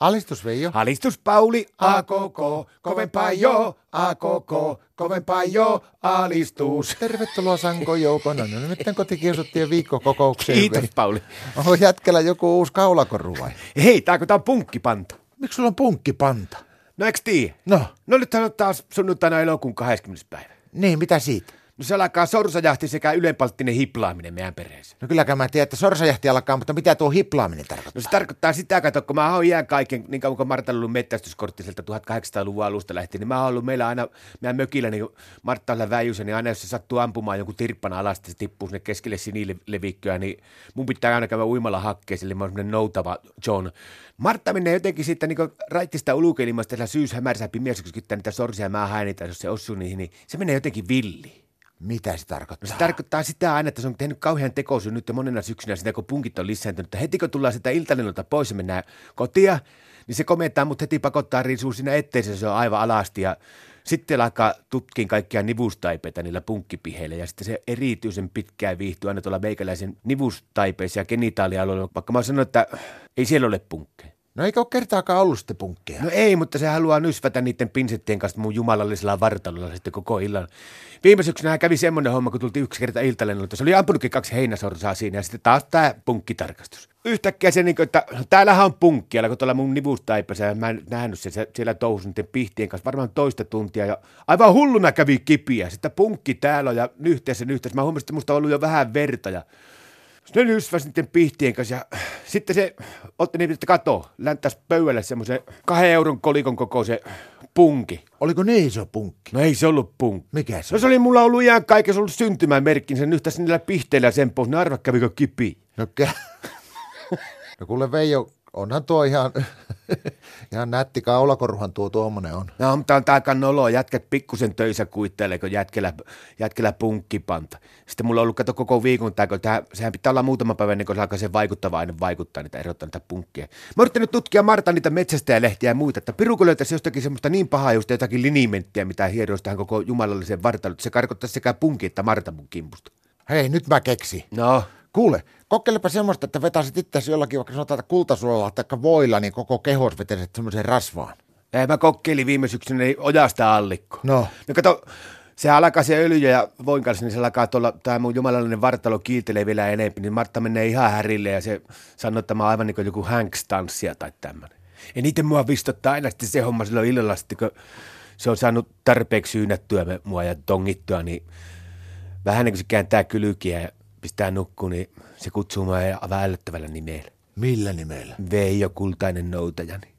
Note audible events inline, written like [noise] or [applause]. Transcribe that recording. Alistus Veijo. Alistus Pauli, A koko, kovempaa jo, a koko, kovempaa jo, alistus. Tervetuloa Sanko Joukona. No nyt kotikiusottien viikkokokoukseen. Kiitos Veijo. Pauli. Onko jätkellä joku uusi kaulakoru vai? Hei, tääkö tää on punkkipanta? Miksi sulla on punkkipanta? No eiks tii? No, No nythän on taas sunnuntaina elokuun 20. päivä. niin mitä siitä? No se alkaa sorsajahti sekä ylenpalttinen hiplaaminen meidän perheessä. No kylläkään mä tiedän, että sorsajahti alkaa, mutta mitä tuo hiplaaminen tarkoittaa? No se tarkoittaa sitä, kato, kun mä oon iän kaiken, niin kauan kuin Martta ollut metsästyskorttiselta 1800-luvun alusta lähtien, niin mä oon ollut meillä aina, meidän mökillä, niin Martta on väijyssä, niin aina jos se sattuu ampumaan jonkun tirppana alas, se tippuu sinne keskelle sinilevikköä, niin mun pitää aina käydä uimalla hakkeeseen, eli mä oon semmonen noutava John. Martta menee jotenkin sitten niin raittista ulkoilimasta tällä syyshämärässä pimeässä, kun kyttää niitä sorsia mä häinitään, jos se osuu niihin, niin se menee jotenkin villiin. Mitä se No se tarkoittaa? tarkoittaa sitä aina, että se on tehnyt kauhean tekosyyn nyt monena syksynä sitä, kun punkit on lisääntynyt. Että heti kun tullaan sitä iltalennolta pois ja mennään kotia, niin se komentaa mut heti pakottaa riisuu sinne etteensä, se on aivan alasti. Ja sitten alkaa tutkin kaikkia nivustaipeita niillä punkkipiheillä ja sitten se erityisen pitkään viihtyy aina tuolla meikäläisen nivustaipeissa ja genitaalialueella, vaikka mä sanon, että ei siellä ole punkkeja. No eikä ole kertaakaan ollut sitten punkkeja. No ei, mutta se haluaa nysvätä niiden pinsettien kanssa mun jumalallisella vartalolla sitten koko illan. Viime syksynä kävi semmoinen homma, kun tultiin yksi kerta iltalennolta. Se oli ampunutkin kaksi heinäsorsaa siinä ja sitten taas tämä punkkitarkastus. Yhtäkkiä se, niin kuin, että no, täällähän on punkki, alkoi tuolla mun nivustaipässä ja mä en nähnyt sen Se- siellä touhusi niiden pihtien kanssa varmaan toista tuntia ja aivan hulluna kävi kipiä. Sitten punkki täällä on ja nyhteessä nyhteessä. Mä huomasin, että musta on ollut jo vähän verta ja sitten ne lysväs niiden pihtien kanssa ja sitten se otti niin, että kato, länttäisi pöydälle semmoisen kahden euron kolikon kokoisen punki. Oliko niin iso punkki? No ei se ollut punkki. Mikä se No on? se oli mulla ollut ihan kaikessa ollut syntymämerkki, niin sen yhtä niillä pihteillä sen pois, ne arva kävikö kipi. No, ke- [laughs] no kuule Veijo, onhan tuo ihan, [laughs] ihan nätti kaulakoruhan tuo tuommoinen on. No mutta on tää nolo, jätkät pikkusen töissä kuittelee, kun jätkellä, jätkellä punkkipanta. Sitten mulla on ollut kato koko viikon tää, kun tää, sehän pitää olla muutama päivä ennen kuin se alkaa se vaikuttava aine vaikuttaa niitä, erottaa niitä punkkeja. Mä oon yrittänyt tutkia Marta niitä metsästäjälehtiä ja muita, että piruko löytäisi jostakin semmoista niin pahaa just jotakin linimenttiä, mitä hieroisi tähän koko jumalalliseen vartailuun. että Se karkottaisi sekä punki että Marta mun kimpusta. Hei, nyt mä keksin. No, Kuule, kokeilepa semmoista, että vetäisit itseäsi jollakin, vaikka sanotaan, että kultasuolalla tai voilla, niin koko kehos vetäisit semmoiseen rasvaan. Ei, mä kokkeilin viime syksynä niin ojasta allikko. No. No kato, se alkaa se öljy ja voin kanssa, niin se alkaa tuolla, tämä mun jumalallinen vartalo kiiltelee vielä enemmän, niin Martta menee ihan härille ja se sanoo, että mä oon aivan niin kuin joku Hanks-tanssia tai tämmöinen. Ja niitä mua vistottaa aina sitten se homma silloin illalla, sitten kun se on saanut tarpeeksi syynättyä me- mua ja tongittua, niin vähän niin kuin se kääntää kylykiä ja pistää nukkuun, niin se kutsuu mua aivan älyttävällä nimellä. Millä nimellä? niin Veijo Kultainen noutajani.